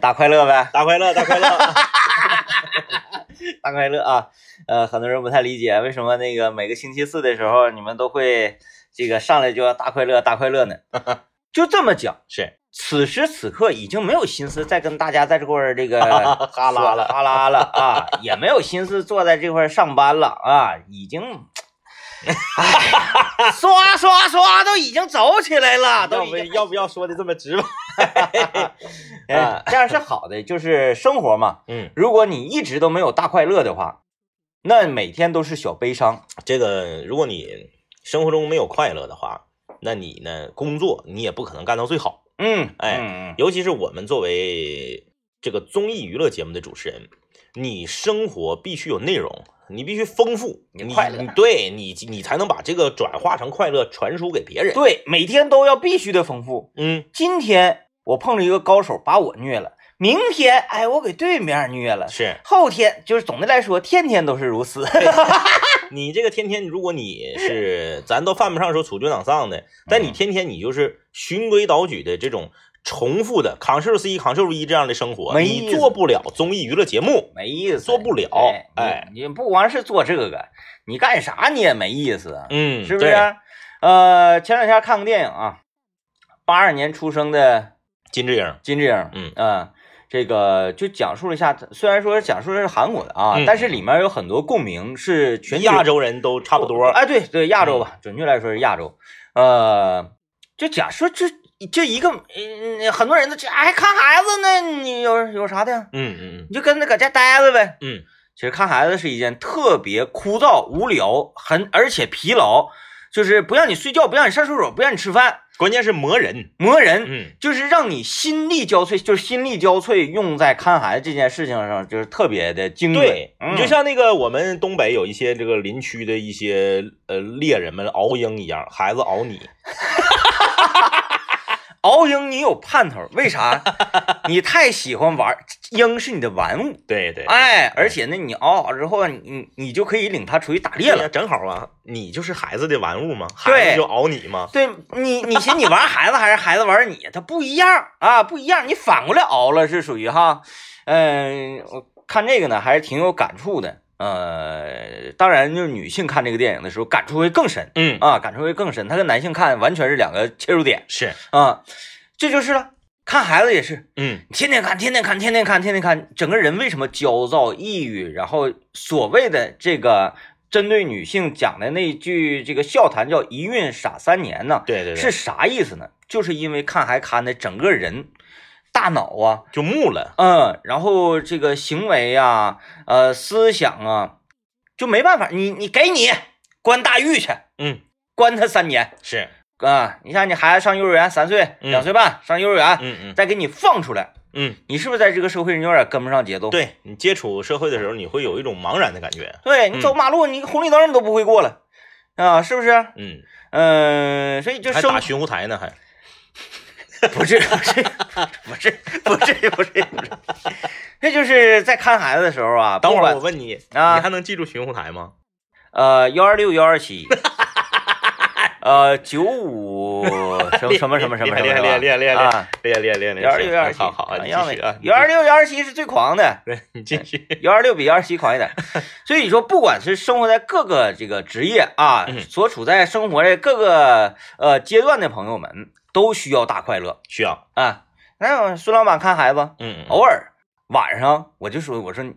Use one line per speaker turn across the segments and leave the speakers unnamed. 大快乐呗，
大快乐，大快乐。
大快乐啊！呃，很多人不太理解为什么那个每个星期四的时候你们都会这个上来就要大快乐大快乐 呢？就这么讲，
是
此时此刻已经没有心思再跟大家在这块儿这 个
哈拉了
哈拉了啊，也没有心思坐在这块儿上班了啊，已经， 哎，刷刷刷都已经走起来了，
要
都已
不
经
要不要说的这么直白？
哎，这样是好的，就是生活嘛。
嗯，
如果你一直都没有大快乐的话，那每天都是小悲伤。
这个如果你生活中没有快乐的话，那你呢工作你也不可能干到最好。
嗯，
哎
嗯嗯
尤其是我们作为这个综艺娱乐节目的主持人，你生活必须有内容，你必须丰富，
你
你
快乐
你对你你才能把这个转化成快乐，传输给别人。，
对，每天都要必须的丰富。
嗯，
今天我碰着一个高手，把我虐了；明天，哎，我给对面虐了；
是
后天，就是总的来说，天天都是如此。
你这个天天，如果你是咱都犯不上说处君党丧的，但
嗯
你天天你就是循规蹈矩的这种重复的 Ctrl C Ctrl V 这样的生活，
没意
你
思
做不了综艺娱乐节目。
没意思，
做不了
哎，你
哎
你不光是做这个，你干啥你也没意思啊。
嗯，
是不是
对？
呃，前两天看个电影啊，八二年出生的
金志英，
金志英，
嗯
啊这个就讲述了一下，虽然说讲述的是韩国的啊，
嗯
但是里面有很多共鸣，是全
全
球
亚洲人都差不多。嗯
哎，对对，亚洲吧，准确来说是亚洲。呃，就假说这这一个，嗯，很多人都这哎看孩子呢，你有有啥的？
嗯嗯嗯
你就跟着搁家待着呗。
嗯，
其实看孩子是一件特别枯燥、无聊，很而且疲劳，就是不让你睡觉，不让你上厕所，不让你吃饭，
关键是磨人。
磨人，
嗯，
就是让你心力交瘁，就是心力交瘁用在看孩子这件事情上，就是特别的精准。
对，
嗯
你就像那个我们东北有一些这个林区的一些呃猎人们熬鹰一样，孩子熬你，
熬鹰，你有盼 头，为啥？你太喜欢玩儿，鹰是你的玩物，
对对，
哎，而且呢，你熬好之后，你你就可以领它出去打猎
对呀
了。
正好啊，你就是孩子的玩物嘛，
对
孩子就熬你嘛，
对你，你寻你玩孩子还是孩子玩你，它不一样啊，不一样。你反过来熬了是属于哈，嗯、我看这个呢还是挺有感触的。呃，当然就是女性看这个电影的时候感触会更深
嗯，
啊，感触会更深。它跟男性看完全是两个切入点
是，
啊，这就是了。看孩子也是，
嗯，
天天看，天天看，天天看，天天看，整个人为什么焦躁、抑郁？然后所谓的这个针对女性讲的那句这个笑谈叫“一孕傻三年”呢，
对对对，
是啥意思呢？就是因为看还看的整个人大脑啊，
就木了，
嗯，然后这个行为啊，呃，思想啊，就没办法，你你给你关大狱去，
嗯，
关他三年
是，
啊！你像你孩子上幼儿园三岁、
嗯
两岁半上幼儿园，
嗯嗯
再给你放出来。
嗯，
你是不是在这个社会上有点跟不上节奏？
对你接触社会的时候，你会有一种茫然的感觉，
对，
嗯
你走马路，你红绿灯你都不会过了，啊，是不是？
嗯，
嗯、所以就
还
生
打巡湖台呢，还，
不是不是不是不是不是不是，这就是在看孩子的时候啊，
等会
不
儿
管
我问你，
啊
你还能记住巡湖台吗？
呃幺二六幺二七。呃，九五 什么什么什么什么什么
厉害厉害厉害厉害厉害
啊！
厉害厉害厉害厉害，
幺二六幺二七，
好好啊，你继续啊，
幺二六幺二七是最狂的，
对你继续，
幺二六比幺二七狂一点。所以你说，不管是生活在各个这个职业啊
嗯，
所处在生活的各个呃阶段的朋友们，都需要大快乐
需要，
啊。那我孙老板看孩子，
嗯，嗯
偶尔晚上我就说，我说你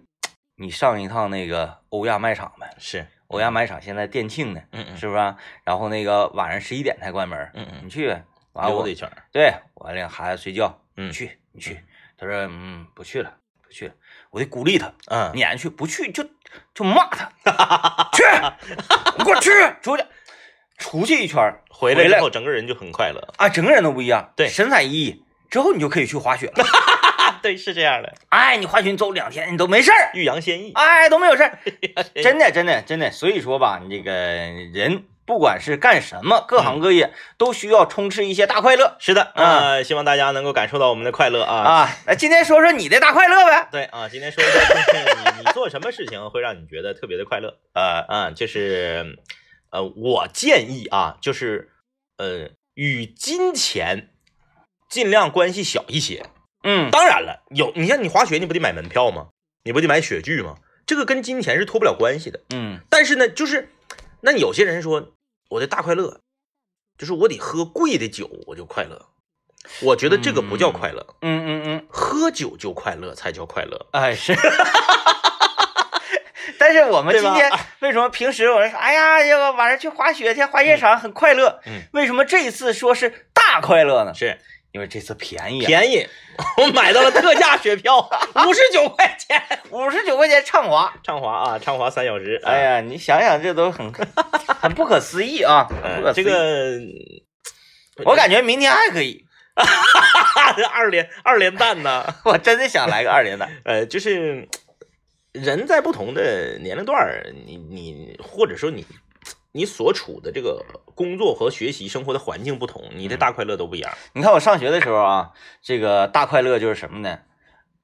你上一趟那个欧亚卖场呗，
是，
欧亚卖场现在店庆呢，
嗯嗯
是不是啊、然后那个晚上十一点才关门，
嗯嗯
你去呗。完了
溜
我
达一圈儿，
对我领孩子睡觉，
嗯
你去你去。他说嗯不去了不去了，我得鼓励他。
嗯，
撵去，不去就就骂他， 去，你给我去，出去，出去一圈儿
回来
回
之
来
后整个人就很快乐，
啊，整个人都不一样，
对
神采奕奕。之后你就可以去滑雪了，
啊， 对，是这样的，
哎，你滑雪你走两天你都没事儿，
欲扬 先抑，
哎，都没有事儿，
真
真的真的真的。所以说吧，你这个人不管是干什么，各行各业都需要充斥一些大快乐
是的，呃，希望大家能够感受到我们的快乐啊。
啊。那今天说说你的大快乐呗，
对啊，今天说一下就是你你做什么事情会让你觉得特别的快乐？
呃，
啊，就是呃，我建议啊，就是呃，与金钱尽量关系小一些。
嗯，
当然了，有你像你滑雪，你不得买门票吗？你不得买雪具吗？这个跟金钱是脱不了关系的。
嗯
但是呢，就是那有些人说我的大快乐，就是我得喝贵的酒我就快乐，我觉得这个不叫快乐，
嗯嗯嗯，
喝酒就快乐才叫快乐。
哎 是。但是我们
对
今
吧啊
天为什么平时我说哎呀，这个晚上去滑雪去滑雪场很快乐，
嗯
为什么这一次说是大快乐呢？
是
因为这次便宜、啊，
便宜， 我买到了特价雪票， 五十九块钱。
五十九块钱畅滑。
畅滑啊，畅滑三小时。
哎，呀，你想想这都 很很不可思议啊！不可
呃
思
这
议
个
我感觉明天还可以，
大的 二连二连弹呢，
我真的想来个二连单。
呃，就是人在不同的年龄段儿，你你或者说你你所处的这个工作和学习生活的环境不同，你的大快乐都不一样。
你看我上学的时候啊，这个大快乐就是什么呢？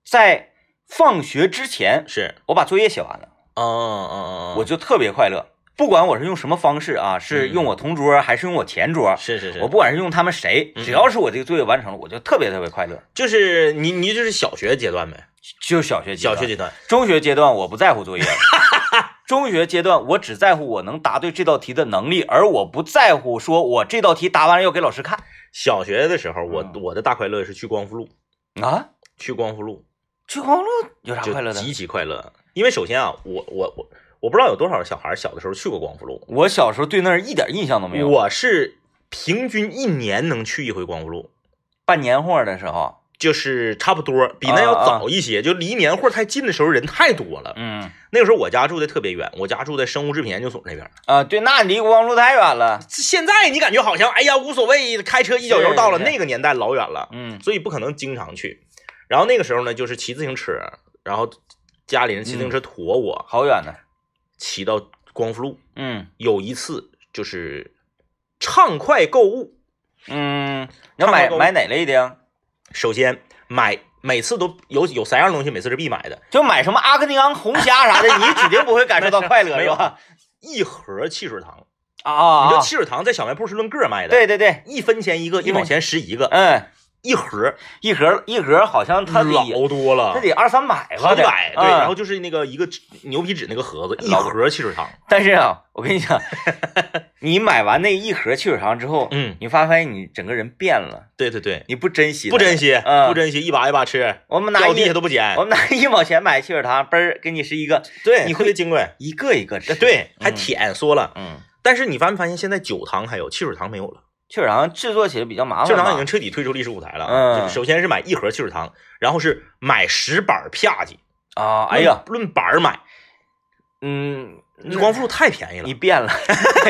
在放学之前，
是，
我把作业写完了，
嗯嗯嗯嗯，
我就特别快乐。不管我是用什么方式啊，是用我同桌还是用我前桌，
嗯是是是，
我不管是用他们谁，
嗯
只要是我这个作业完成了，我就特别特别快乐。
就是你你就是小学阶段呗，
就是小学阶
小
段
学阶段
中学阶段我不在乎作业， 中学阶段我只在乎我能答对这道题的能力，而我不在乎说我这道题答完了要给老师看
小学的时候，我
嗯
我的大快乐是去光复路，
啊。
去光复路。
去光路有啥
就
快乐的？
极其快乐。因为首先啊，我我我我不知道有多少小孩小的时候去过光复路，
我小时候对那儿一点印象都没有。
我是平均一年能去一回光复路，
办年货的时候，
就是差不多比那要早一些，就离年货太近的时候人太多了。
啊嗯
那个时候我家住的特别远，我家住在生物制品研究所那边。
啊，对，那离光路太远了。
现在你感觉好像哎呀无所谓，开车一脚油到了，
是是
那个年代老远了，
嗯，
所以不可能经常去。然后那个时候呢，就是骑自行车，然后家里人骑自行
嗯
车驮我、
好远呢。
骑到光复路。
嗯
有一次就是畅快购物，
嗯，你要买
唱歌
买哪类的呀？
首先买每次都有有三样东西，每次是必买的，
就买什么阿根廷红虾 啥的，你指定不会感受到快乐，
没
是
有
吧？
一盒汽水糖。
啊啊
你知道
啊！
汽水糖在小卖部是论个儿卖的，，
对对对，
一分钱一个，
一
一
分
毛钱十一个，
嗯，
一盒
一盒一盒好像它得
老多了
这。得二三百吧，
啊好几
得
百，对，
嗯
然后就是那个一个纸牛皮纸那个盒子，一
老
盒汽水糖，
但是啊，我跟你 讲，你买完那一盒汽水糖之后，
嗯，
你发现你整个人变了，
对对对，
你不珍惜，
不珍惜，
嗯
不珍惜，一把一把吃，
我们拿
掉
一
地下都不捡
我，们拿一毛钱买汽水糖，嘣儿给你是一个，
哦对
你
你
会
特别金贵，
一个一个吃。，
对，还
嗯
舔缩了，
嗯，
但是你发没发现现在酒糖还有，汽水糖没有了。
汽水糖制作起来比较麻烦
汽
吧，
水糖已经彻底退出历史舞台了。
嗯
就首先是买一盒汽水糖，然后是买十板儿啪叽。
啊，哎呀，
论，论板儿买，
嗯，
你光复太便宜了
你。变了，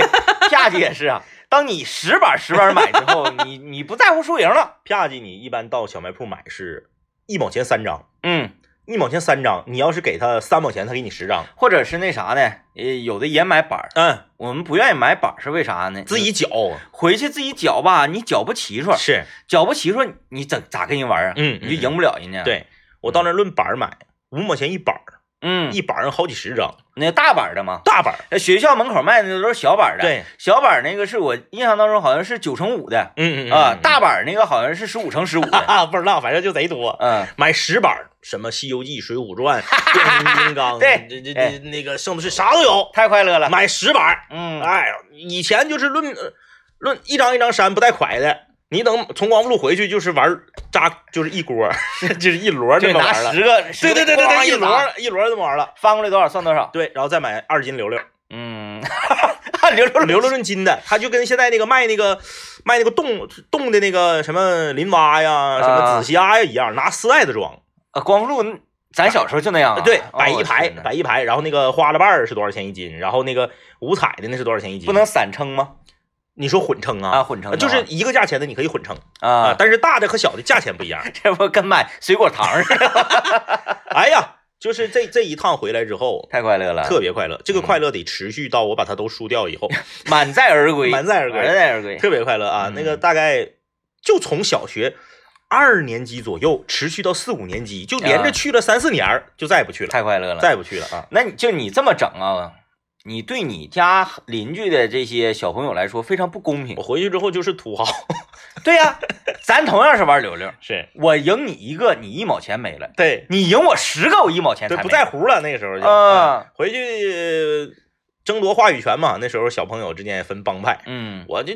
下去也是啊。当你十板十板买之后，你你不在乎输赢了，
啪叽，你一般到小卖铺买是一毛钱三张，
嗯，
一毛钱三张。你要是给他三毛钱，他给你十张。
或者是那啥呢？呃，有的也买板儿，
嗯，
我们不愿意买板儿是为啥呢？
自己搅
回去自己搅吧，你搅不齐处，
是。啊
搅不齐处，你咋咋跟人玩啊？
嗯
你就赢不了人家。，
对我到那儿论板儿买，五毛钱一板儿，
嗯，
一板儿好几十张，
那大板儿的嘛，
大板儿。
呃学校门口卖的都是小板儿的。
对，
小板儿那个是我印象当中好像是九乘五的
嗯嗯
啊，
啊，
大板儿那个好像是十五乘十五 的。
啊不知道，反正就贼多。
嗯，》，
买十板儿，什么《西游记》《水浒传》 《变形金刚
对
这这这那个圣斗士啥都有，
太快乐了。
买十板儿。
嗯，
哎，以前就是论呃论一张一张删，不带蒯的。你等从光复路回去就是玩儿扎，就是一锅儿， 就是一摞儿
就
这么
拿
玩儿了。
十个，十
对
个
对对对
咣
对，一
一
摞
摞，
儿一摞儿这么玩儿了。
翻过来多少算多少。
对，然后再买二斤溜溜，
嗯， 刘刘
溜溜论斤的，它就跟现在那个卖那个卖那个冻冻的那个什么林蛙呀、什么紫虾呀一样，拿丝带子装。
呃光复路，咱小时候就那样啊。
对
哦，
摆一排，
我天哪
摆一排，然后那个花了瓣儿是多少钱一斤？然后那个五彩的那是多少钱一斤？
不能散称吗？
你说混称
啊，
啊，
混称
呃
的
就是一个价钱的你可以混称
啊。
啊，，但是大的和小的价钱不一样
这不跟买水果糖似 的，
哎呀，就是这这一趟回来之后。
太快乐了，
特别快乐，这个
嗯
快乐得持续到我把它都输掉 以后，
满载而归，
满载而
满
归，
载而归。
特别快乐啊！
嗯
那个大概就从小学二年级左右持续到四五年级，就连
啊
着去了三四年儿，就再也不去了，
太快乐了。
再也不去了啊！
那你就你这么整啊，你对你家邻居的这些小朋友来说非常不公平
我。回去之后就是土豪，
对呀、咱同样是玩溜溜，
是
我赢你一个，你一毛钱没了；
对，
你赢我十个，我一毛钱
对
才，没
不在
了
乎了，那个时候就，
啊
嗯回去呃争夺话语权嘛。那时候小朋友之间也分帮派，
嗯
我就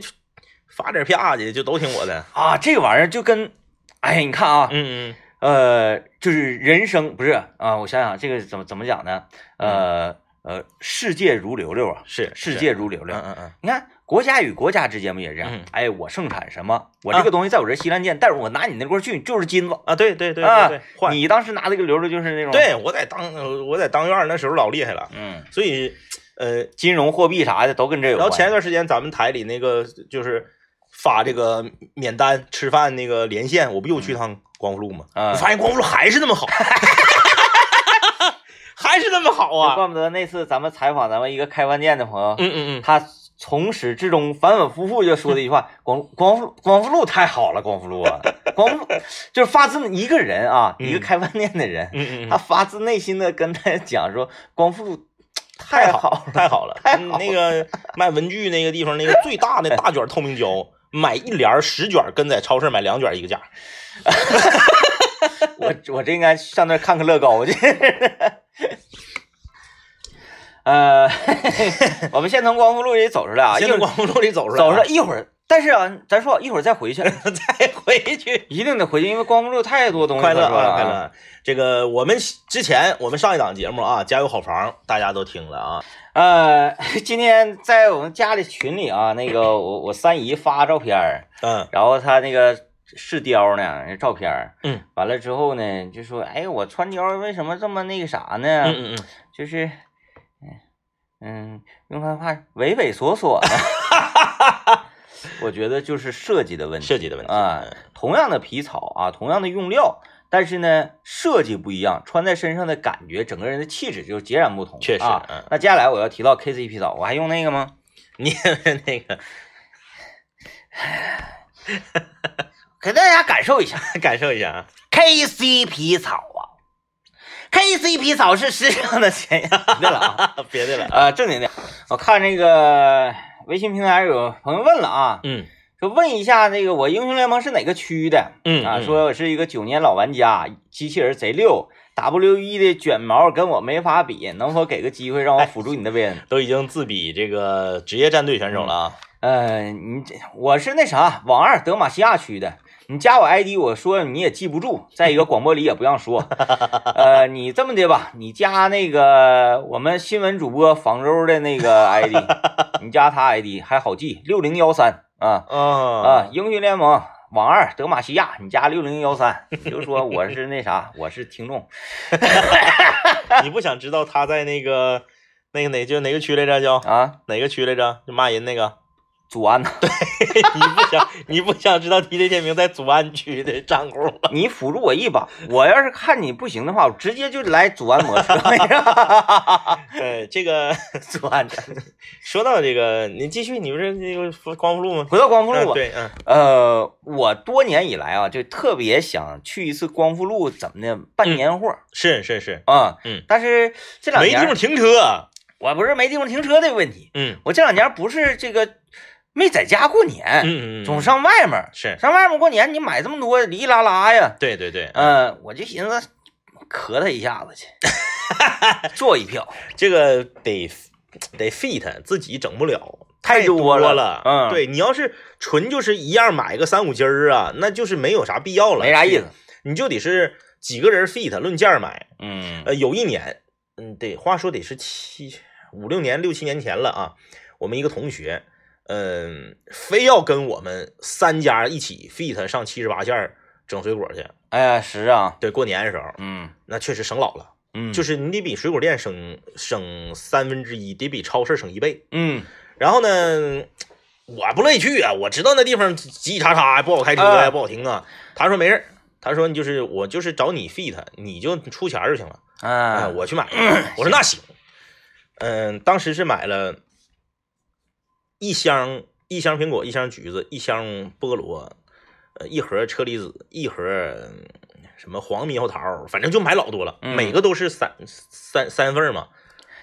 发点啪去，就都听我的。
啊，这玩意儿就跟，哎呀，你看啊，
嗯嗯，
呃，就是人生不是啊，我想想这个怎么怎么讲呢？呃呃，世界如流流啊，
嗯是
世
是
界如流
嗯
流。
嗯嗯，
你看国家与国家之间不也是这样？
嗯
哎，我盛产什么，我这个东西在我这稀烂贱，但是我拿你那块去就是金子。
啊，对对对
啊
对对，换。
你当时拿这个流流就是那种，
对我在当呃我在当院儿那时候老厉害了，
嗯，
所以呃，
金融货币啥的都跟这有
然
关。
后前一段时间咱们台里那个就是发这个免单吃饭那个连线，我不又去趟光复路吗？
嗯
我发现光复路还是那么 好，还是那么好
就
啊！
怪不得那次咱们采访咱们一个开饭店的朋友，
嗯嗯嗯，
他从始至终反反复复就说的一句话：光光复光复路太好了，光复路啊，光复就是发自一个人啊，
嗯
一个开饭店的人，
嗯嗯
他
嗯，
发自内心的跟他讲说，光复路
太
好
好太好了，
太
嗯
好
那个卖文具那个地方那个最大的大卷透明胶， 买一帘儿十卷，跟在超市买两卷一个价。
我我这应该上那儿看看乐高去。呃， 我们先从光复路里走出来啊，一
现
会
在
儿
光复路里走出来，啊
走出来，一会儿，但是啊，咱说一会儿再回去，
再回去。
一定得回去，因为光复路太多东西
快乐
可说了
啊，快乐！啊！这个我们之前我们上一档节目啊，《家有好房》，大家都听了啊。
呃，今天在我们家里群里啊，那个我我三姨发照片儿，
嗯
然后她那个试貂呢，那照片儿，
嗯，
完了之后呢，就说，哎，我穿貂为什么这么那个啥呢？
嗯嗯嗯，
就是，嗯，用他话畏畏缩缩的， 我觉得就是设计的问题
设计的问题
啊。同样的皮草啊，同样的用料，但是呢设计不一样，穿在身上的感觉，整个人的气质就截然不同。
确实
啊
嗯
那接下来我要提到 KC 皮草，我还用那个吗
你 那个
给大家感受一下
感受一下啊，
KC 皮草啊，KC 皮草是时尚的前沿。对了啊。
别的了，
呃，正经点，我看这个微信平台有朋友问了啊，
嗯
说问一下这个我英雄联盟是哪个区的
嗯
啊？说我是一个九年老玩家，机器人贼溜，W 一的卷毛跟我没法比，能否给个机会让我辅助你的威恩？
都已经自比这个职业战队选手了啊。
呃，你这我是那啥网二德玛西亚区的。你加我 ID，我说你也记不住，在一个广播里也不让 说。呃，你这么的吧，你加那个我们新闻主播房州的那个 ID，你 加他 ID 还好记，六零幺三啊啊
啊，
英雄联盟网二德玛西亚，你加六零幺三， 你就说我是那啥，我是听众。
你不想知道他在那个那个哪就哪个区来着？叫
啊，
哪个区来着？就骂人那个。
祖安呐，
你不想你不想知道 DJ 天明在祖安区的账户了？
你辅助我一把，我要是看你不行的话，我直接就来祖安模式。
对，这 个
祖安，
说到这个，你继续，你不是那个光复路 吗？
回到光复
嗯
路吧。
对，嗯
呃，我多年以来啊，就特别想去一次光复路，怎么的办年货
是是是，
啊？
嗯，
但是这两
没地
年
方停车。
我不是没地方停车的问题，
嗯
我这两年不是这个没在家过年，
嗯嗯，嗯
总上外面儿，
是，
上外面过年你买这么多哩哩啦啦呀，
对对对，
嗯、我就寻思磕他一下子去， 做一 票，
这个得得 fit 自己整不了，
太
多
了，嗯，，
对你要是纯就是一样买个三五斤儿啊，那就是没有啥必要了，
没啥意思，，
你就得是几个人 fit 论件儿买。
嗯
呃，有一年，嗯，得话说得是七五六年六七年前了啊，我们一个同学，嗯，非要跟我们三家一起 fit 上七十八线儿整水果去，
哎呀，是啊，
对，过年的时候，
嗯
那确实省老了。
嗯，
就是是你得比水果店省省三分之一，得比超市省一倍。
嗯，
然后呢，我不乐意去啊，我知道那地方挤挤叉叉呀，不好开车呀，
啊
不好停啊。他说没事儿，他说你就是我就是找你 fit，你就出钱儿就行了，啊，
啊，
我去买。我说那行，嗯、当时是买了一箱一箱苹果，一箱橘子，一箱菠萝，呃，一盒车厘子，一盒嗯什么黄猕猴桃，反正就买老多了，
嗯
每个都是三三三份儿嘛，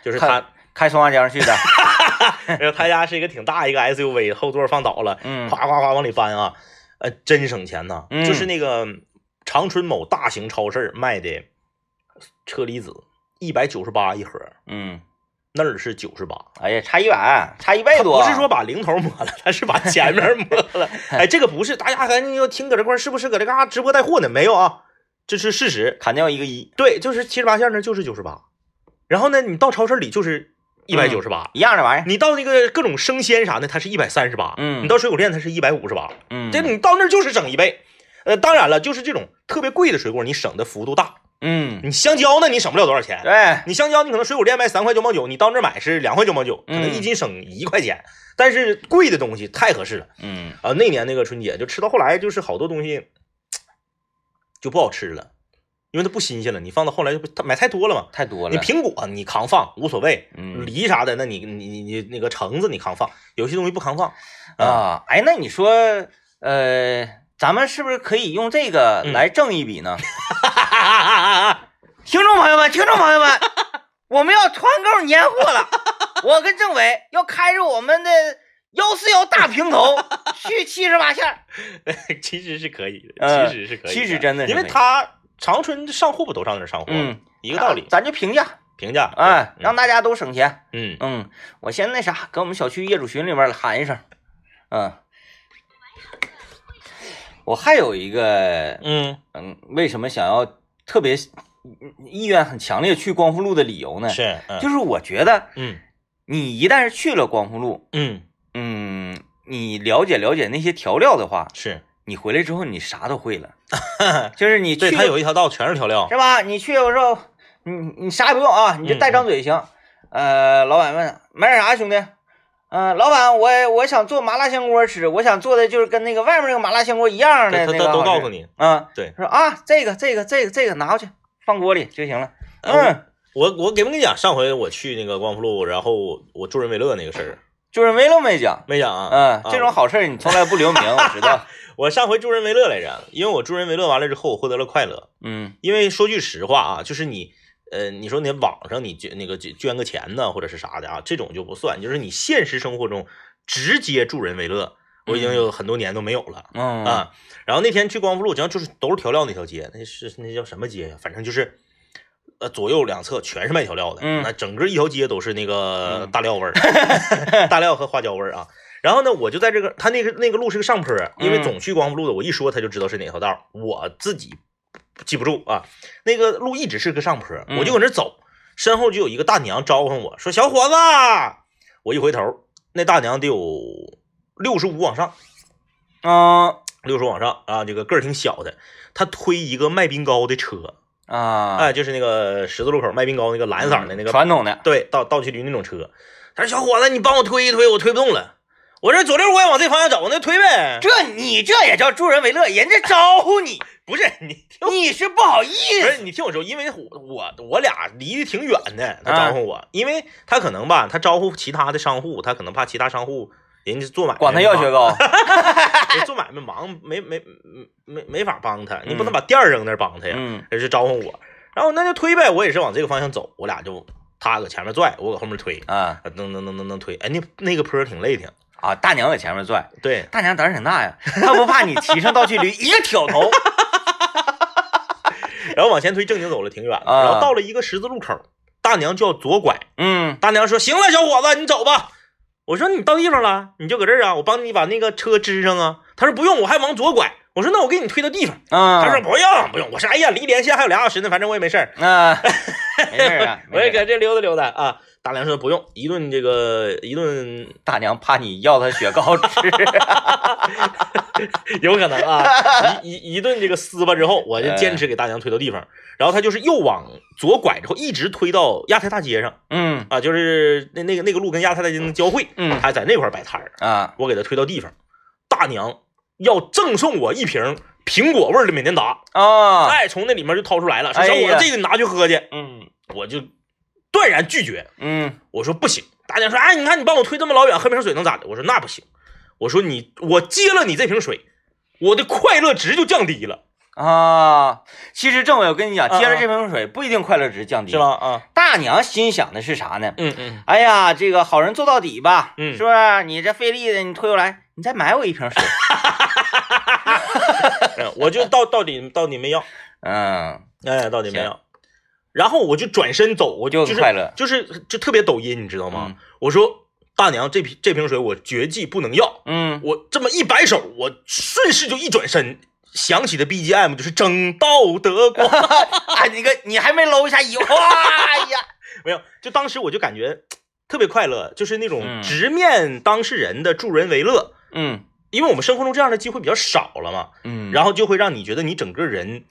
就是他
看开松花江去的，
然后 他家是一个挺大一个 SUV，后座放倒了，
嗯
夸夸夸往里搬啊，呃，真省钱呐、
嗯
就是那个长春某大型超市卖的车厘子，一百九十八一盒，
嗯，
那儿是九十八。
哎呀，差一百，差一倍
他
哎多，啊
不是说把零头抹了，他是把 前面抹了。哎，这个不是，大家赶紧又听搁这块儿是不是搁这嘎直播带货呢？没有啊，这是事实。
砍掉一个一，
对，就是七十八线那就是九十八，然后呢，你到超市里就是一百九十八，
一样的玩意儿，
你到那个各种生鲜啥的，它是一百三十八，
嗯
你到水果店它是一百五十八，
嗯，
这你到那儿就是整一倍。呃，当然了，就是这种特别贵的水果，你省的幅度大。
嗯，
你香蕉呢，你省不了多少钱。
对，
你香蕉，你可能水果店卖三块九毛九，你到那儿买是两块九毛九，可能一斤省一块钱。但是贵的东西太合适了
嗯
啊、那年那个春节就吃到后来，就是好多东西就不好吃了，因为它不新鲜了。你放到后来就不，它买太多了嘛。
太多了，
你苹果你扛放无所谓，
嗯
梨啥的，那你你你你那个橙子你扛放，有些东西不扛放。
啊，哎，那你说，呃，咱们是不是可以用这个
嗯
来挣一笔呢？
啊
听众朋友们，听众朋友们，我们要团购年货了，我跟政委要开着我们的幺四幺大平头去七十八线儿，
其实是可以
呃
的，其实是可以，
其实真的是
因为
可以
他长春上货不都上那儿上货，
嗯，
一个道理，
咱就评价，
评价，
哎，
对
让大家都省钱。
嗯，
嗯，我先那啥，跟我们小区业主群里面喊一声，嗯。我还有一个，
嗯
嗯，为什么想要特别嗯意愿很强烈去光复路的理由呢？
嗯，是，嗯
哎就是我觉得
嗯
你一旦是去了光复路，
嗯
嗯，你了解了解那些调料的话，
是，
你回来之后你啥都会了， 就是你去
对，他有一条道全是调料，
是吧？你去我说你你啥也不用啊，
嗯
你就带张嘴行。呃，老板问买点啥兄弟？嗯、老板，我我想做麻辣香锅吃，我想做的就是跟那个外面那个麻辣香锅一样
对
的
他
那
他
个。
都告诉。你。
嗯，
对
说啊，这个这个这个这个拿回去放锅里就行了。
呃
嗯，
我我给没跟你讲，上回我去那个光复路，然后我助人为乐那个事儿，
就是没了没讲。
没讲啊？
嗯，
啊
这种好事儿你从来不留名，我知道。
我上回助人为乐来着，因为我助人为乐完了之后，我获得了快乐。
嗯
因为说句实话啊，就是你，呃，你说你网上你捐那个捐捐个钱呢，或者是啥的啊，这种就不算，就是你现实生活中直接助人为乐，我已经有很多年都没有了。
嗯
啊，然后那天去光复路，讲就是都是调料那条街，那是那叫什么街呀？反正就是，呃，左右两侧全是卖调料的，
嗯
那整个一条街都是那个
嗯
大料 味儿，大料和花椒味儿啊。然后呢，我就在这个他那个那个路是个上坡儿，因为
嗯
总去光复路的，我一说他就知道是哪条道儿，我自己记不住啊。那个路一直是个上坡儿，
嗯
我就搁那走，身后就有一个大娘招唤我说：“小伙子！”我一回头，那大娘得有六十五往上。
嗯
六十往上啊，这个个儿挺小的，他推一个卖冰糕的车，
啊，嗯
哎，就是那个十字路口卖冰糕那个蓝色儿的那个，
传统的，
对，倒倒骑驴那种车。他说：“小伙子，你帮我推一推，我推不动了。”我说：“左溜我也往这方向走，那就推呗。
这你这也叫助人为乐，人家招呼 你，
不是你听，
你是不好意
不
思。
是你听我说，因为我我我俩离得挺远的，他招呼我，
啊
因为他可能吧，他招呼其他的商户，他可能怕其他商户人家做买卖
管他要雪
嘛
糕，
人做买卖忙，没没没没没法帮他，你不能把店儿扔那儿帮他呀。
嗯
他就招呼我，然后那就推呗，我也是往这个方向走，我俩就他搁前面拽，我搁后面推，
啊
啊，噔噔噔噔噔推，哎，那那个坡儿挺累挺，
啊，大娘在前面拽，
对，
大娘胆儿挺大 呀，她不怕你骑上倒骑驴一个挑 头，
然后往前推，正经走了挺远的，
啊
然后到了一个十字路口，大娘就要左拐，
嗯
大娘说行了，小伙子，你走吧。我说你到地方了，你就搁这儿啊，我帮你把那个车支上啊。他说不用，我还往左拐。我说那我给你推到地方。
啊，
他说不用不用。我说哎呀，离连线还有俩小时呢，反正我也没事儿。，
啊，没事 儿啊
我也
没事儿
搁这溜达溜达啊。大娘说不用，一顿这个一顿
大娘怕你要她雪糕 吃，
有可能 啊，一一一顿这个撕巴之后，我就坚持给大娘推到地方，然后他就是又往左拐之后，一直推到亚太大街上
嗯
啊，就是那那个那个路跟亚太大街能交汇，
嗯
他在那块儿摆摊儿，
啊，
我给他推到地方，大娘要赠送我一瓶苹果味儿的美年达，
哦，
哎，从那里面就掏出来了，说
哎
小
呀
伙子这个你拿去喝去，
嗯
我就断然拒绝，
嗯
我说不行，大娘说，哎，你看你帮我推这么老远，喝瓶水能咋的？我说那不行，我说你我接了你这瓶水，我的快乐值就降低了。
啊，其实政委，我跟你讲，接了这瓶水不一定快乐值降低，
是？吗？啊，
大娘心想的是啥呢？
嗯嗯，
哎呀，这个好人做到底吧，
嗯
是不是？你这费力的，你推过来，你再买我一瓶水。
嗯我就到到底到底没要，
嗯，
哎，到底没
行
要。然后我就转身走，我
就是
就是
快乐
就是就特别抖音，你知道吗？
嗯
我说大娘，这瓶这瓶水我绝技不能要。
嗯，
我这么一摆手，我顺势就一转身，响起的 BGM 就是《正道德光》，
啊，你个你还没搂一下一，哇哎呀，
没有，就当时我就感觉特别快乐，就是那种
嗯
直面当事人的助人为乐，
嗯
因为我们生活中这样的机会比较少了嘛，
嗯，
然后就会让你觉得你整个人，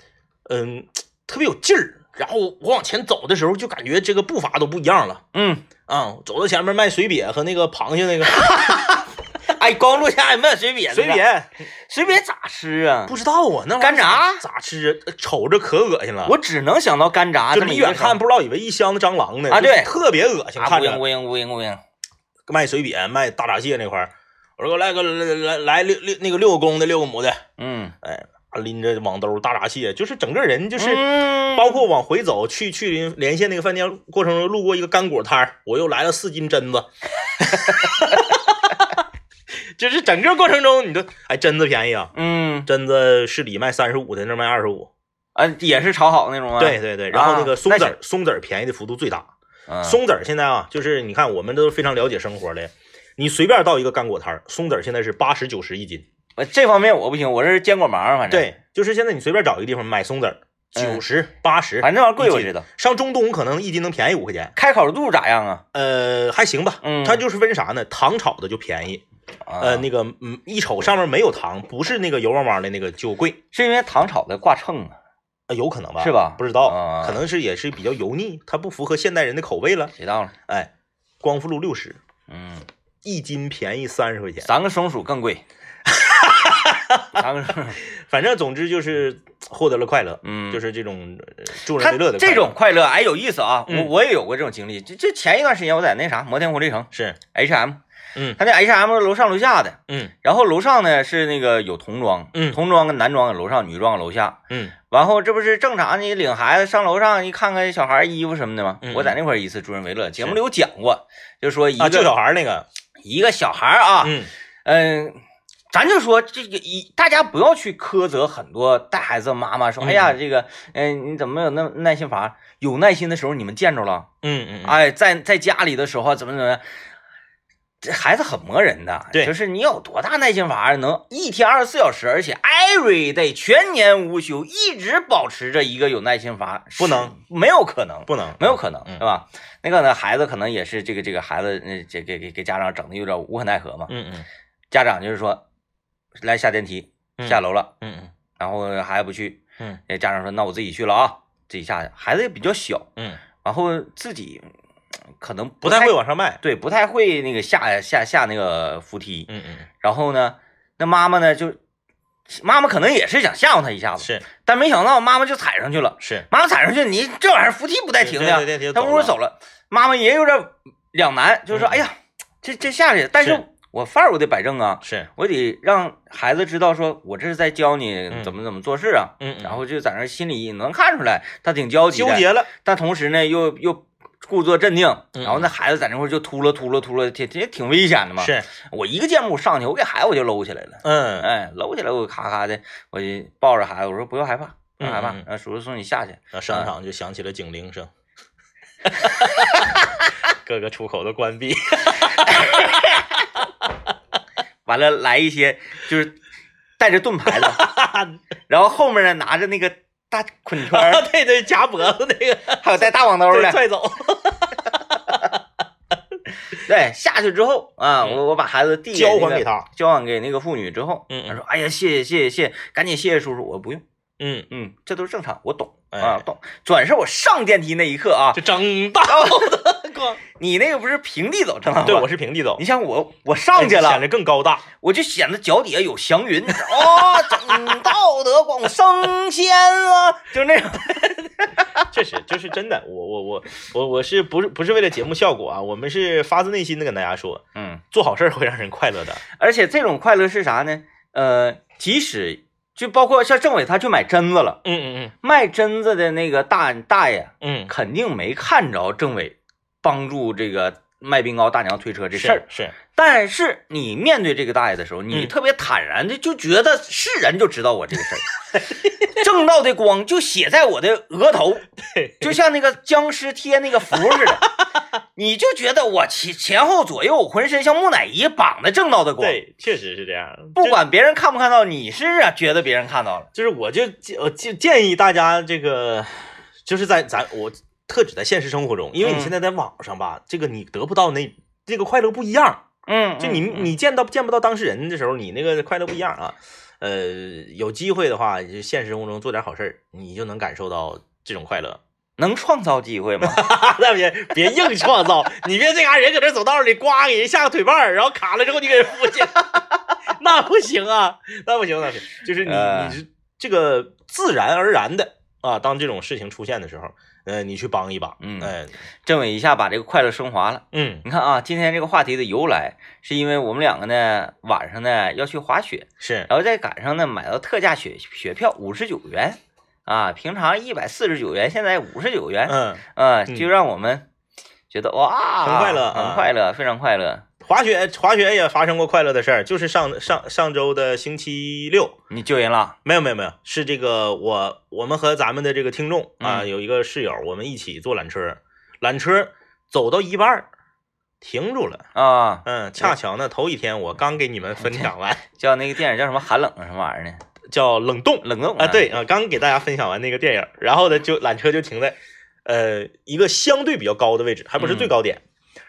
嗯，特别有劲儿。然后我往前走的时候，就感觉这个步伐都不一样了
嗯，
啊、走到前面卖水瘪和那个螃蟹 那个
哎，光录下也没有水瘪的，
水瘪，
随便咋吃啊？
不知道啊，那玩意儿
干炸
咋吃啊？瞅着可恶心了。
我只能想到干炸，
就
这么
离
一个
远看
声
不知道以为一箱子蟑螂呢
啊
就是
对
特别恶心，
啊
看
乌蝇
着
乌蝇乌蝇乌蝇，
卖水瘪、卖大闸蟹那块儿，我说给我来个来来来六六那个六个公的六个母的，
嗯，
哎，拎着网兜大闸蟹，就是整个人就是，
嗯
包括往回走去去连连线那个饭店过程中路过一个干果摊儿，我又来了四斤榛子， 就是整个过程中你都哎榛子便宜啊，
嗯
榛子市里卖三十五的那儿卖二十五，
啊，也是炒好那种啊，
对，对对，然后那个
啊
松
那
子
是
儿松子儿便宜的幅度最大，
嗯、
松子儿现在啊，就是你看我们都非常了解生活的，你随便到一个干果摊儿，松子儿现在是八十九十一斤。
我呃这方面我不行，我是坚果盲，反正，
对，就是现在你随便找一个地方买松子儿，
嗯
九十八十，
反正这玩意儿贵，
一斤
我知道。
上中东可能一斤能便宜五块钱，
开口度咋样啊？
呃，还行吧。
嗯
它就是分啥呢？糖炒的就便宜，
啊，
呃，那个嗯，一瞅上面没有糖，不是那个油汪汪的那个就贵，
是因为糖炒的挂秤啊，
呃有可能吧？
是吧
不知道，
啊
可能是也是比较油腻，它不符合现代人的口味了。
谁到了？
哎，光复路六十，
嗯，
一斤便宜三十块钱。
三个松鼠更贵， 三个松鼠，
反正总之就是获得了快乐，
嗯，
就是这种呃助人
他
为乐的快乐
这种快乐，哎，有意思啊！我
嗯
我也有过这种经历，就就前一段时间我在那啥摩天活力城
是，
H M，
嗯
他那 H M 楼上楼下的，
嗯
然后楼上呢是那个有童装，
嗯
童装跟男装有楼上，女装有楼下。
嗯
完后这不是正常，你领孩子上楼上一看看小孩衣服什么的吗？
嗯
我在那块儿一次助人为乐，节目里有讲过，就说一
啊，救
个、
小孩那个，
一个小孩啊，
嗯
嗯，咱就说这个一，大家不要去苛责很多带孩子的妈妈说，
嗯
哎呀，这个，嗯，你怎么没有那耐心法？有耐心的时候你们见着了，
嗯嗯，嗯
哎，在在家里的时候怎么怎么样，这孩子很磨人的，
对
就是你有多大耐心法，能一天二十四小时，而且 every day 全年无休，一直保持着一个有耐心法，
不能
是，没有可能，
不能
没有可能，
嗯
是吧？那个呢，孩子可能也是这个这个孩子，那这给给给家长整的有点无可奈何嘛，
嗯嗯
家长就是说，来下电梯，
嗯
下楼了，
嗯
然后孩子不去，
嗯
那家长说那我自己去了啊，自己下去。孩子也比较小，
嗯，
然后自己嗯可能
不
不
太
太
会往上迈，
对，不太会那个下下下那个扶梯。
嗯嗯
然后呢，那妈妈呢就，妈妈可能也是想吓唬他一下
嗯
子，
是
但没想到妈妈就踩上去了。
是，
妈妈踩上去，你这玩意儿扶梯不带停的呀
对对对对，
他
走
屋
了
走了，妈妈也有点两难，就是说，
嗯
哎呀，这这下去，但是
是
我范儿我得摆正啊，
是，
我得让孩子知道，说我这是在教你
嗯
怎么怎么做事啊。
嗯嗯
然后就在那儿心里能看出来他挺焦急的
纠，结了，
但同时呢又又故作镇定。
嗯
然后那孩子在那块儿就秃噜秃噜秃噜，挺挺挺危险的嘛。
是，
我一个箭步上去，我给孩子我就搂起来了。
嗯
哎，搂起来我咔咔的，我就抱着孩子，我说不要害怕，不要害怕
嗯嗯，
啊，叔叔送你下去。
那商场就响起了警铃 声。各个出口都关闭，
完了来一些就是带着盾 牌的，然后后面呢拿着那个大捆圈 儿，
对对，夹脖子那个，
还有带大网兜
对，
的。
拽走，
对，下去之后啊，
嗯
我我把孩子递给
交
那
还
个
给，他，
交还给那个妇女之后，
嗯嗯
她说：“哎呀，谢谢谢谢谢谢，赶紧谢谢叔叔，我不用，
嗯，
嗯，这都是正常，我懂
哎
啊，懂。”转身我上电梯那一刻啊
就，整大
哦
的光，
你那个不是平地走正常吗？
对，我是平哎地走
你，像我，我上去
显
了，
得更高大，
我就显得脚底下有祥云，哦， 整道德广升仙啊，就那种，
确实，就是真的。我我我我我是不是不是为了节目效果啊？我们是发自内心的跟大家说，
嗯，
做好事儿会让人快乐的。
而且这种快乐是啥呢？呃，即使就包括像政委他去买榛子了，
嗯嗯
卖榛子的那个大大爷
嗯嗯，
肯定没看着政委帮助这个卖冰糕大娘推车这事儿，
是
但是你面对这个大爷的时候，你
嗯
特别坦然的就觉得是人就知道我这个事儿， 正道的光就写在我的额头，
对
就像那个僵尸贴那个符似 的，你就觉得我前前后左右我浑身像木乃伊绑的正道的光，
对，确实是这样。
不管别人看不看到，你是啊觉得别人看到了，
就是我就我建建议大家这个，就是在咱我特指在现实生活中，因为你
嗯
现在在网上吧，这个你得不到那这个快乐不一样，
嗯，
就你
嗯
你见到见不到当事人的时候，你那个快乐不一样啊。呃，有机会的话，就现实生活中做点好事儿，你就能感受到这种快乐。
能创造机会 吗？
那别别硬创造，你别这嘎人搁这走道里呱给人下个腿绊儿，然后卡了之后你给人扶起来， 那不行啊，那不行，那不行，就是你
呃
你是这个自然而然的啊，当这种事情出现的时候，呃，你去帮一把，
嗯
哎
政委一下把这个快乐升华了。
嗯，
你看啊，今天这个话题的由来，是因为我们两个呢晚上呢要去滑雪，
是，
然后再赶上呢买到特价雪雪票五十九元，啊，平常一百四十九元，现在五十九元，
嗯，
啊，
嗯
就让我们觉得哇，
很快乐
很
啊
快乐，非常快乐。
滑雪滑雪也发生过快乐的事儿，就是上上上周的星期六，
你救人了，
没有没有没有，是这个我我们和咱们的这个听众啊、
嗯
有一个室友，我们一起坐缆车，缆车走到一半儿停住了。
啊，
嗯，恰巧呢，头一天我刚给你们分享完，
叫那个电影叫什么寒冷啊什么玩意儿呢？
叫《哎冷冻》
冷冻
啊，对，啊，刚给大家分享完那个电影，然后呢，就缆车就停在呃一个相对比较高的位置，还不是最高点。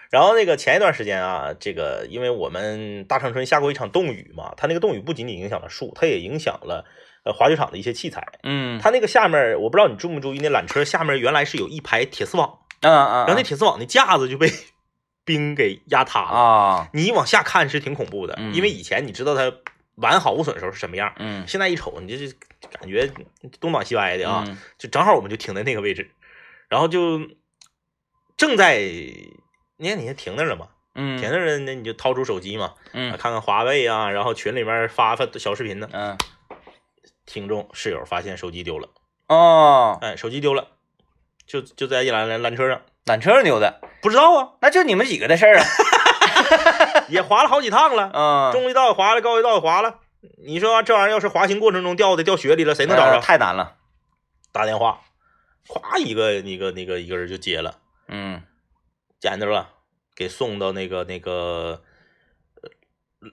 然后那个前一段时间啊，这个因为我们大长春下过一场冻雨嘛，它那个冻雨不仅仅影响了树，它也影响了呃滑雪场的一些器材。
嗯，
它那个下面，我不知道你注没注意，那缆车下面原来是有一排铁丝网，
嗯嗯，
然后那铁丝网的架子就被 冰给压塌了。
啊，
你往下看是挺恐怖的，
嗯
因为以前你知道它完好无损的时候是什么样，
嗯
现在一瞅你就是感觉东倒西歪的啊，
嗯
就正好我们就停在那个位置，然后就正在你看你停那儿了嘛，
嗯，
停那儿了，那你就掏出手机嘛，
嗯
看看华为啊，然后群里面发发小视频呢，
嗯
听众室友发现手机丢了，
哦，
哎，手机丢了，就就在一缆缆缆车上，
缆车上丢的，
不知道啊，
那就你们几个的 事儿啊，
也滑了好几趟 了，
嗯，
中一道也划了，高一道也划了。你说这玩意儿要是滑行过程中掉的，掉雪里了，谁能找
呃
着？
太难了，
打电话，咵一个一个那个一个人就接了，
嗯
捡着了，给送到那个那个呃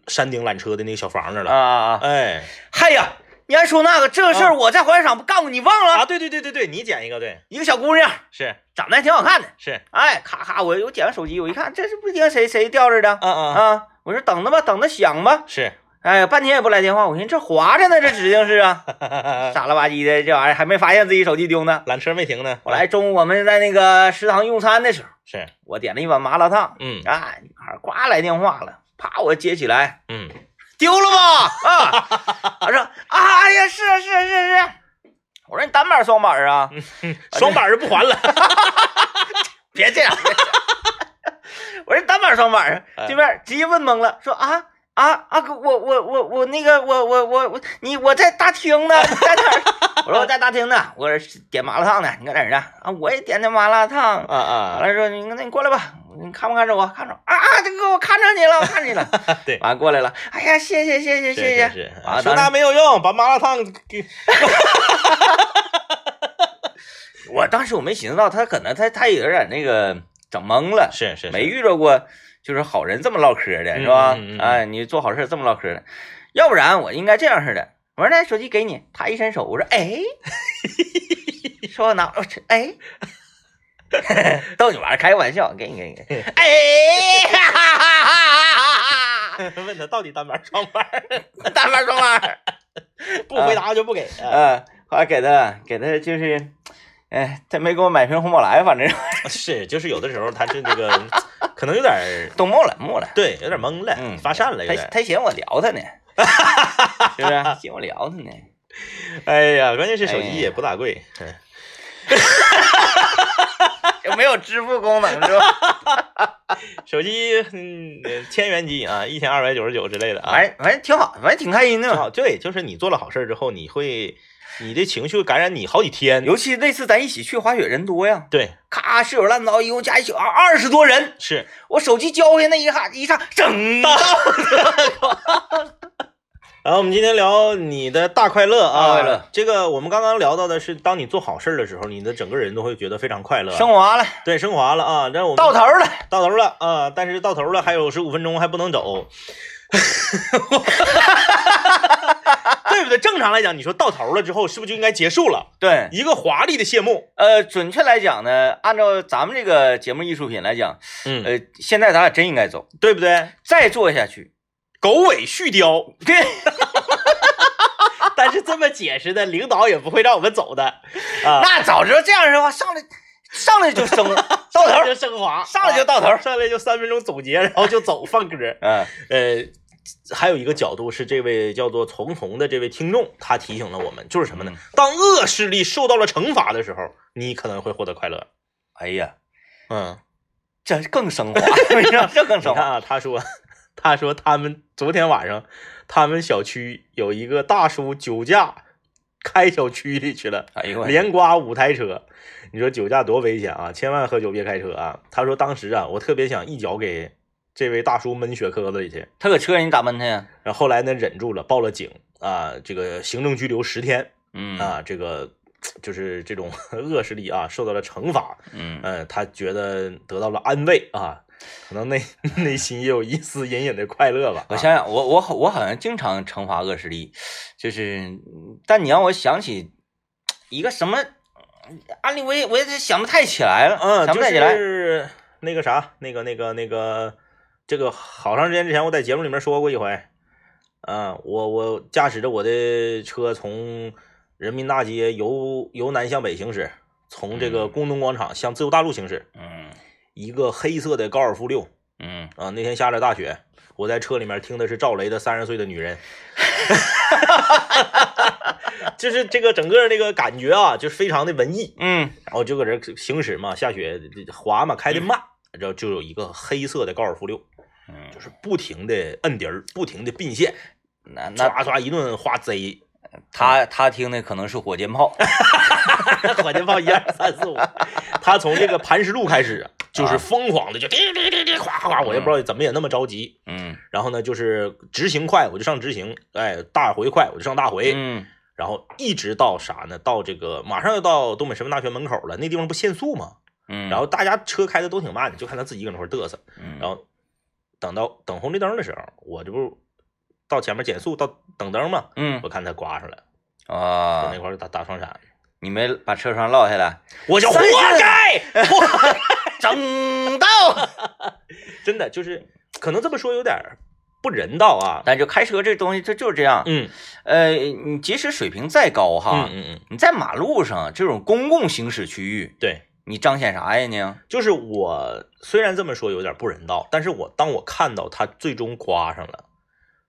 山顶缆车的那个小房那儿
啊
了。
啊啊，
哎
嗨呀，你还说那个这个事儿，我在滑雪场不干过，你忘了？
啊，对对对对对，你捡一个，对，
一个小姑娘
是
长得还挺好看的，
是，
哎，咔咔，我我捡完手机，我一看，这是不知道谁谁掉这儿的
啊啊
啊，我说等着吧，等着响吧，
是，
哎呀，半天也不来电话，我寻思这划着呢，这指定是 啊，傻了吧唧的，这玩意儿还没发现自己手机丢呢。
缆车没停呢。
后来中午我们在那个食堂用餐的时候，
是，
我点了一碗麻辣烫，
嗯
啊，女孩呱来电话了，啪，我接起来，
嗯，
丢了吧？啊， 我说，哎呀，是啊是啊是啊是啊，我说你单板双板啊？
双板儿不还了。
别这样，别这样 我说单板双板啊，
哎
对面直接问懵了，说啊。啊啊！哥我我我我那个我我我我你我在大厅呢，你在哪儿？我 说我在大厅呢，我这点麻辣烫呢。你搁哪儿呢？啊，我也点的麻辣烫。
啊
完
啊，
了说你那你过来吧，你看不看着我？看着啊啊！这个我看着你了，我看着 你了。
对
完了过来了，哎呀，谢谢谢谢谢
是是
谢。
是，
啊
啊，
当
说那
然
没有用，把麻辣烫给
我当时我没寻思到他可能他他有点那个整懵了，
是是
没遇着过就是好人这么唠嗑的，
嗯
是吧
嗯嗯？嗯
啊，你做好事这么唠嗑的，要不然我应该这样似的。我说来手机给你，他一伸手，我说 哎，说我拿，我说哎， 逗你玩儿，开个玩笑，给你给你， 给你哎， 哈哈哈哈哈哈
问他到底单板儿双板儿，
哈，单板双板儿，
不回答就不给。啊
嗯，后来给他给他就是，哎，他没给我买瓶红宝来，反正是
是，就是有的时候他是那个可能有点儿
都木了木了。
对，有点懵了，
嗯
发散了，有
他
点。
他嫌我聊 他呢，是不是？ 嫌我聊他呢。
哎哎呀，关键是手
哎
机
呀
也不咋贵，嗯
没有支付功能是吧？
手机嗯呃千元机啊，一千二百九十九之类的 啊，
反正反正挺好，反正挺开心
挺
的。
好。对，就是你做了好事儿之后，你会你的情绪感染你好几天。
尤其那次咱一起去滑雪，人多呀，
对，
咔，室友烂糟，一共加一宿二二十多人，
是
我手机交下那一下一下，整到
然后我们今天聊你的大快乐啊，
大快乐
这个我们刚刚聊到的是，当你做好事儿的时候，你的整个人都会觉得非常快乐，
升华了，
对升华了啊。但我们
到头了，
到头了啊，但是到头了还有十五分钟还不 能走，对不对？正常来讲，你说到头了之后，是不是就应该结束了？
对。
一个华丽的谢幕。
呃，准确来讲呢，按照咱们这个节目艺术品来讲，
嗯，
呃，现在咱俩真应该走，
对不对？
再做下 去，
狗尾续貂，
对，
但是这么解释的，领导也不会让我们走的啊。
那早知道这样的话，上来上来就升 到头
上来
儿，
就升华，
上来就到头
啊上来就三分钟总结，然后就走放歌。
嗯
呃，还有一个角度是这位叫做丛丛的这位听众，他提醒了我们，就是什么呢
嗯？
当恶势力受到了惩罚的时候，你可能会获得快乐。
哎呀，
嗯，
这更 升华，你知道这更
你
升
看
华，
啊，他说， 他说他们昨天晚上，他们小区有一个大叔酒驾，开小区里去了。
哎呦我，
连刮五台车，你说酒驾多危险啊！千万喝酒别开车啊！他说当时啊，我特别想一脚给这位大叔闷血壳子里去，
他搁车上你咋闷他呀？
然后后来呢忍住了，报了警啊，这个行政拘留十天
嗯
啊，这个就是这种恶势力啊受到了惩罚，
嗯，
嗯、他觉得得到了安慰啊，可 能内内心也有一丝隐隐的快乐吧。
我
啊
想想，我我好我好像经常惩罚恶势力，就是，但你让我想起一个什么案例，我也我也想不太起来了，
嗯，
想不
就
太起来，
是那个啥，那个那个那个，这个好长时间之前我在节目里面说过一回，啊，我我驾驶着我的车从人民大街由由南向北行驶，从这个
嗯
工农广场向自由大路行驶，
嗯
一个黑色的高尔夫六
嗯，
啊，那天下着大雪，我在车里面听的是赵雷的《三十岁的女人》。 就是这个整个那个感觉啊，就是非常的文艺，
嗯
然后就搁这儿行驶嘛，下雪滑嘛，开的慢，然后就有一个黑色的高尔夫六，
嗯
就，是不停的摁底儿，不停的并线，
那那
唰唰一顿花贼，
他他听的可能是火箭 炮，
火箭炮一二三四五，他从这个磐石路开始啊就是疯狂的就滴滴滴滴哗哗哗，我也不知道怎么也那么着急。
嗯
然后呢，就是直行快我就上直行，哎，大回快我就上大回，
嗯
然后一直到啥呢？到这个马上要到东北师范大学门口了，那地方不限速吗？
嗯，
然后大家车开的都挺慢的，就看他自己搁那块儿嘚瑟。
嗯
然后等到等红绿灯的时候，我这不到前面减速到等灯嘛，
嗯
我看他刮上了，
啊
那，块儿打打双闪，
你没把车窗落下来，
我就活
三下
该， 活
整 到，
真的就是可能这么说有点儿不人道啊。
但就开车这东西，它就是这样。
嗯
呃，你即使水平再高哈
嗯，嗯嗯，
你在马路上这种公共行驶区域，
对，
你彰显啥呀你？
就是我虽然这么说有点不人道，但是我当我看到他最终刮上了，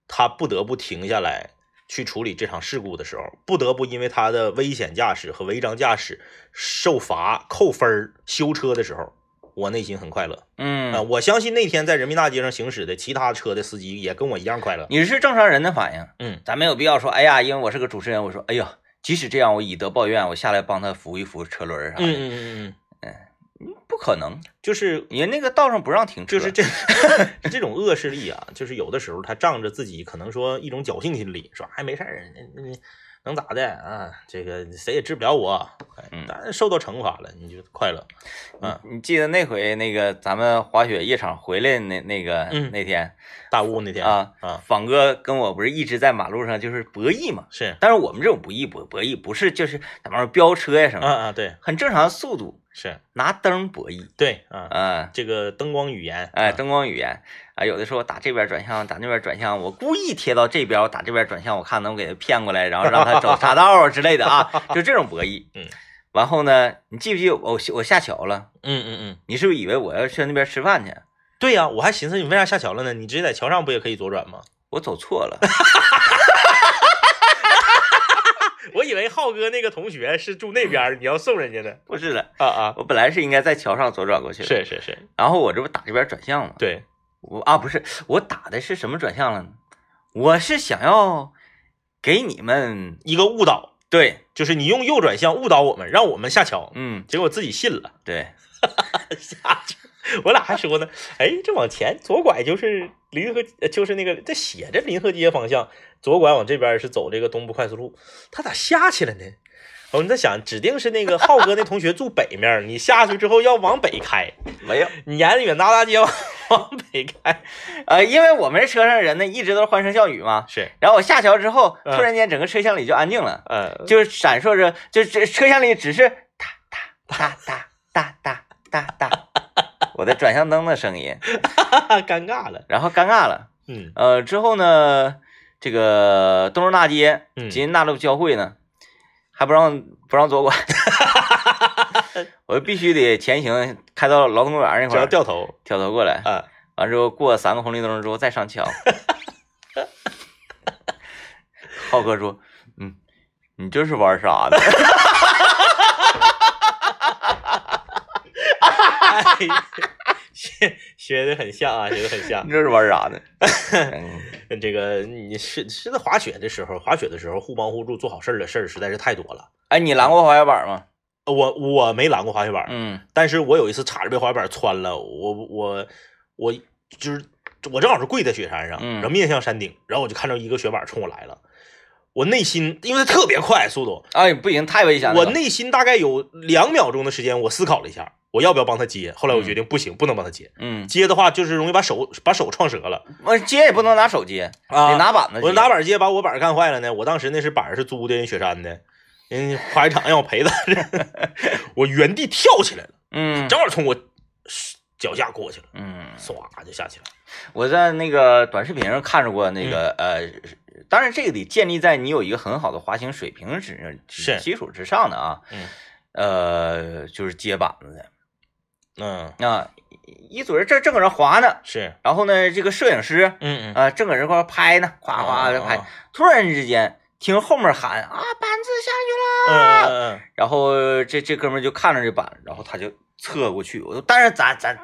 他不得不停下来去处理这场事故的时候，不得不因为他的危险驾驶和违章驾驶受罚扣分儿修车的时候，我内心很快乐啊、
嗯，
我相信那天在人民大街上行驶的其他车的司机也跟我一样快乐。
你是正常人的反应，
嗯，
咱没有必要说，哎呀，因为我是个主持人，我说，哎呀，即使这样，我以德报怨，我下来帮他扶一扶车轮儿啥的，
嗯嗯嗯，
不可能，
就是
人那个道上不让停车，
就是这 这种恶势力啊，就是有的时候他仗着自己可能说一种侥幸心理，说哎没事儿，那那能咋的啊？这个谁也治不了我，哎
嗯
但是受到惩罚了，你就快乐。嗯，
你记得那回那个咱们滑雪夜场回来那那个、
嗯
那天
大雾那天
啊，
啊
仿哥跟我不是一直在马路上就是博弈嘛，
是
但是我们这种博弈博博弈不是就是咱们飙车呀什
啊
么，
啊对
很正常的速度，
是
拿灯博弈
对啊，
啊。
这个灯光语言
哎，
啊
灯光语言啊，有的时候打这边转向，打那边转向，我故意贴到这边，我打这边转向，我看能给他骗过来，然后让他走岔道啊之类的啊，就这种博弈。
嗯，
完后呢，你记不记得我我下桥了？
嗯嗯嗯，
你是不是以为我要去那边吃饭去？
对呀、我还寻思你为啥下桥了呢？你直接在桥上不也可以左转吗？
我走错了。
我以以为浩哥那个同学是住那边儿，你要送人家的
不是的，
啊啊，
我本来是应该在桥上左转过去的，
是是是，
然后我这不打这边转向吗？
对，
我啊不是，我打的是什么转向了呢？我是想要给你们
一个误导，
对，
就是你用右转向误导我们，让我们下桥，
嗯，
结果自己信了，
对，
下去。我俩还说呢，哎，这往前左拐就是临河，呃就是那个这写着临河街方向，左拐往这边是走这个东部快速路，他咋下去了呢？我们在想，指定是那个浩哥那同学住北面儿，你下去之后要往北开，
没有，
你沿着远大大街往往北开，
呃，因为我们车上人呢一直都是欢声笑语嘛，
是，
然后我下桥之后，
嗯
突然间整个车厢里就安静了，
呃，
就是闪烁着，就这车厢里只是哒哒哒哒哒哒哒哒，我的转向灯的声音，
尴尬了，
然后尴尬了。
嗯
呃，之后呢，这个东直大街
嗯
吉林大路交汇呢，还不让不让左 拐，我必须得前行，开到劳动公园那
只
块
要
儿，
掉头
挑头过来，
啊，
完之后过三个红绿灯之后再上 桥。浩哥说：“嗯，你这是玩啥呢？
哎 学学的很像啊，学的很像
你。这是玩啥 呢？”嗯
这个你是是在滑雪的时候，滑雪的时候互帮互助做好事儿的事儿实在是太多了。
哎，你拦过滑雪板吗？
我我没拦过滑雪板，
嗯
但是我有一次差点被滑雪板穿了，我我我就是我正好是跪在雪山上，
嗯
然后面向山顶，然后我就看到一个雪板冲我来了，我内心因为它特别快速度，
哎，不行，太危险了。
我内心大概有两秒钟的时间，我思考了一下，我要不要帮他接？后来我决定不行，不能帮他接，
嗯，
接的话就是容易把手把手撞折了。
我接也不能拿手接，得拿板子接。
啊我拿板儿接把我板儿干坏了呢。我当时那是板儿是租的，人雪山的，人滑雪场让我赔 的，我原地跳起来了，
嗯
正好从我脚下过去了，
嗯，
唰就下去了。
我在那个短视频上看着过那个、
嗯
呃，当然这个得建立在你有一个很好的滑行水平之
是
基础之上的啊。
嗯
呃，就是接板子的
嗯，
啊，一组人正正搁那滑呢，
是，
然后呢，这个摄影师
嗯哦嗯，
啊、正搁这块拍呢，夸夸的拍，突然之间听后面喊啊，板子下去了，
嗯嗯
然后这这哥们儿就看着这板，然后他就侧过去。我但是咱咱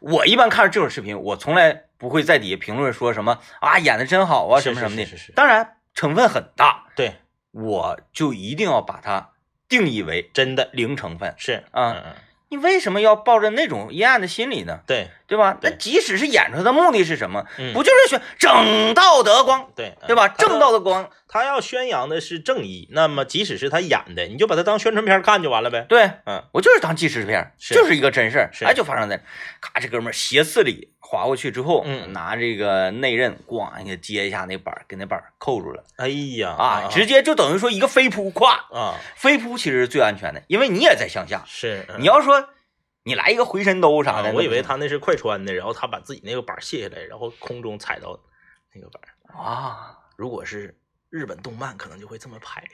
我一般看着这种视频，我从来不会在底下评论说什么啊演的真好啊什
是
么什么的。
是是是是
当然成分很大，
对，
我就一定要把它定义为
真的
零成分。
是
啊
嗯嗯
你为什么要抱着那种阴暗的心理呢？
对
对吧？那
对
即使是演出来的目的是什么？
嗯
不就是选正道德光，
对
对吧？
嗯他
正道的光，
他要宣扬的是正义，那么即使是他演的，你就把它当宣传片看就完了呗。
对，
嗯，
我就是当纪实片儿，
是
就是一个真事儿，
是
哎，就发生在这儿，咔，这哥们儿斜刺里划过去之后，
嗯
拿这个内刃咣一下接一下那板儿，给那板儿扣住了
哎呀
啊，直接就等于说一个飞扑，咵，
啊
飞扑其实是最安全的，因为你也在向下，
是嗯
你要说你来一个回身兜啥的，
啊
那
我以
不
为
行
他那是快穿的，然后他把自己那个板儿卸下来，然后空中踩到那个板儿。
啊，
如果是日本动漫，可能就会这么拍，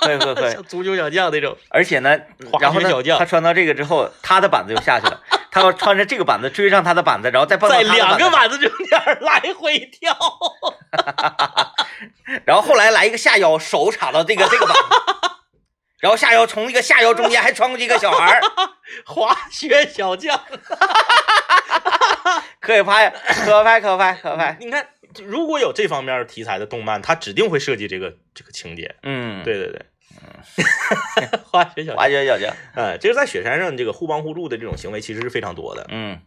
会会会
像，足球小将那种。
而且呢
滑，
然后
雪小
呢，
将
他穿到这个之后，他的板子就下 去了，他要穿着这个板子追上他的板子，然后再蹦到
在
他的
两个
板
板子中间儿来回跳，
子，然后后来来一个下腰，手插到这个这个 板子，然后下腰从那个下腰中间还穿过去一个小孩 儿，
滑雪小将。
可以拍，可拍，可拍，可拍，
你看，如果有这方面题材的动漫，它指定会设计这个这个情节。
嗯，，
对对对， 滑雪小
挖
将，
掘小将，
哎，就是在雪山上这个互帮互助的这种行为其实是非常多的。
嗯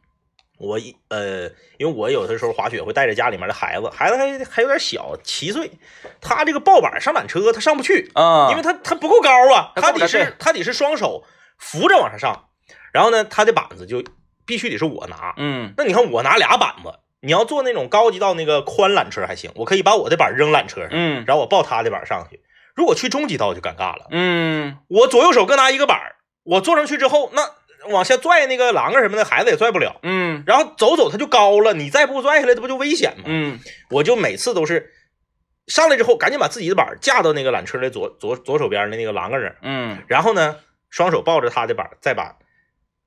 我一呃，因为我有的时候滑雪会带着家里面的孩子，孩子还还有点小，七岁，他这个抱板上板车他上不去，
啊，
因为他他不够高啊，
他
他
够不
得
了对
是他得是双手扶着往上上，然后呢，他的板子就必须得是我拿。
嗯
那你看我拿俩板子，你要坐那种高级到那个宽缆车还行，我可以把我的板扔缆车上，
嗯
然后我抱他的板上去。如果去中级道就尴尬了，
嗯，
我左右手各拿一个板儿，我坐上去之后，那往下拽那个栏杆什么的，孩子也拽不了。
嗯
然后走走它就高了，你再不拽下来，这不就危险吗？
嗯
我就每次都是上来之后，赶紧把自己的板儿架到那个缆车的左左左手边的那个栏杆那儿，
嗯
然后呢，双手抱着他的板儿，再把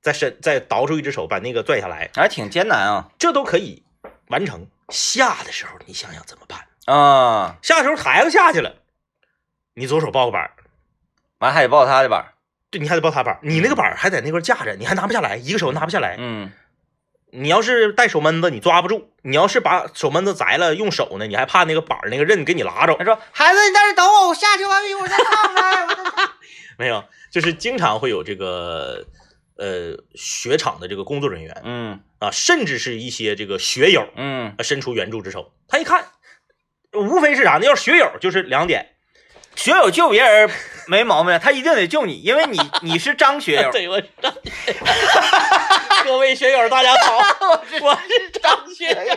再伸再倒出一只手把那个拽下来，
还挺艰难啊
这都可以完成。下的时候你想想怎么办？
啊，
下的时候孩子下去了，你左手抱个板儿，
完还得报他的板儿，
对你还得抱他板儿，你那个板儿还在那块儿架着，你还拿不下来，一个手拿不下来。
嗯
你要是戴手闷子，你抓不住；你要是把手闷子摘了，用手呢，你还怕那个板儿那个刃给你拉着
他。说孩子，你在这等我，我下去完毕，我再 上来。我再
没有，就是经常会有这个呃雪场的这个工作人员
嗯
啊，甚至是一些这个学友
嗯
啊伸出援助之手。他一看，无非是啥呢？要是学友就是两点，
学友救别人没毛病，他一定得救你，因为 你你是张学友，
对，我知道。 各位学友，大家好， 我是我是张学友。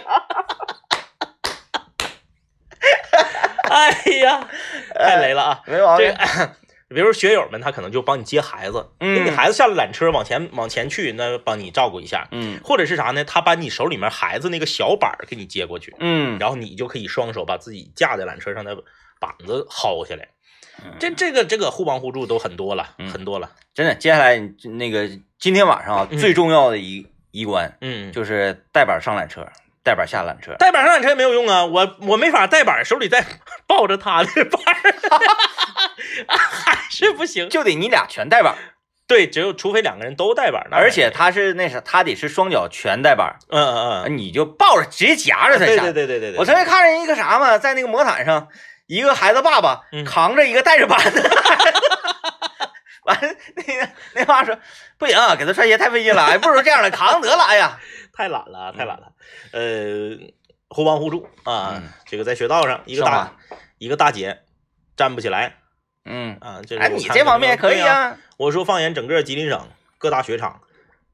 哎呀，太雷了啊！
没毛
这
病。
个，比如说学友们，他可能就帮你接孩子，
嗯
因为你孩子下了缆车往前往前去，那帮你照顾一下，
嗯
或者是啥呢？他把你手里面孩子那个小板儿给你接过去，
嗯，
然后你就可以双手把自己架在缆车上的板子薅下来
嗯。
这这个这个互帮互助都很多了，
嗯
很多了。
真的，接下来你那个今天晚上啊，
嗯
最重要的一一关
嗯，
就是带板上缆车，带板下缆车。
带板上缆车也没有用啊，我我没法带板，手里带 抱着他的板儿， 还是不行。
就得你俩全带板，
对，只有除非两个人都带板呢，
而且他是那啥，他得是双脚全带板，
嗯，嗯嗯，啊
你就抱着直接夹着他
对
下。
对对对对对，
我曾经看见一个啥嘛，在那个魔毯上，一个孩子爸爸
嗯
扛着一个带着板的孩子， 完、那个那爸说不行、给他穿鞋太费劲了，哎不如这样的扛得了，哎呀，
太懒了，太懒了。呃，互帮互助啊
嗯，
这个在学道上一个
上
大一个大姐站不起来
嗯，
啊，这是
哎，
我
你
看
这
到
方
的
面可以
对啊。
啊，
我说放眼整个吉林省各大雪场，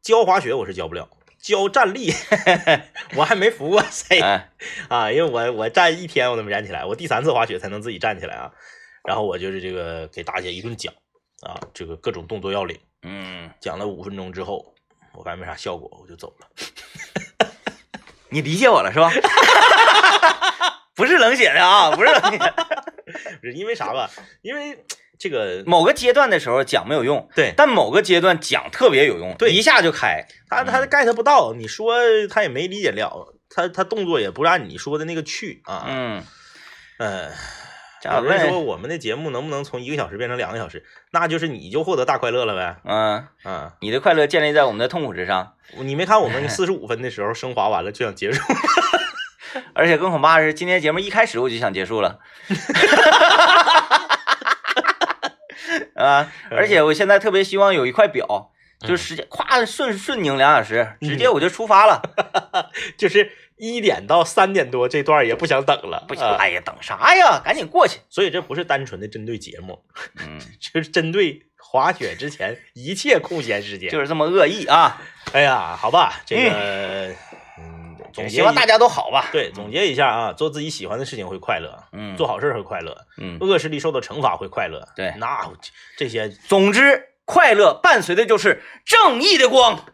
教滑雪我是教不了，教站立 我还没服过谁
哎，
啊，因为我我站一天我都没站起来，我第三次滑雪才能自己站起来啊。然后我就是这个给大姐一顿讲啊，这个各种动作要领，
嗯，
讲了五分钟之后，我发现没啥效果，我就走了。
你理解我了是吧？ 不是冷血的啊，不是冷血的，
不是因为啥吧？因为这个
某个阶段的时候讲没有用，
对
但某个阶段讲特别有用，
对
一下就开，
他他
嗯
get 不到，你说他也没理解了，他他动作也不按你说的那个去啊。
嗯，
嗯，
咋
有人说
问？
我们的节目能不能从一个小时变成两个小时？那就是你就获得大快乐了呗。
嗯，
啊，
你的快乐建立在我们的痛苦之上，
你没看 我们四十五分的时候升华完了就想结束，
而且更恐怕是今天节目一开始我就想结束 了，啊！而
嗯
且我现在特别希望有一块表，就时间咵顺顺拧两小时，直
嗯
接我就出发了。
就是一点到三点多这段也不想等了，
不行，
啊
哎呀，等啥呀？赶紧过去。
所以这不是单纯的针对节目，
嗯，
这是针对滑雪之前一切空闲时间。
就是这么恶意啊！
哎呀，好吧，这个嗯，总结
希望大
家
家都好吧。
对总结一下啊，做自己喜欢的事情会快乐，
嗯，
做好事儿会快乐，
嗯，
恶势力受到惩罚会快乐。
对
那我这这些
总之，快乐伴随的就是正义的光。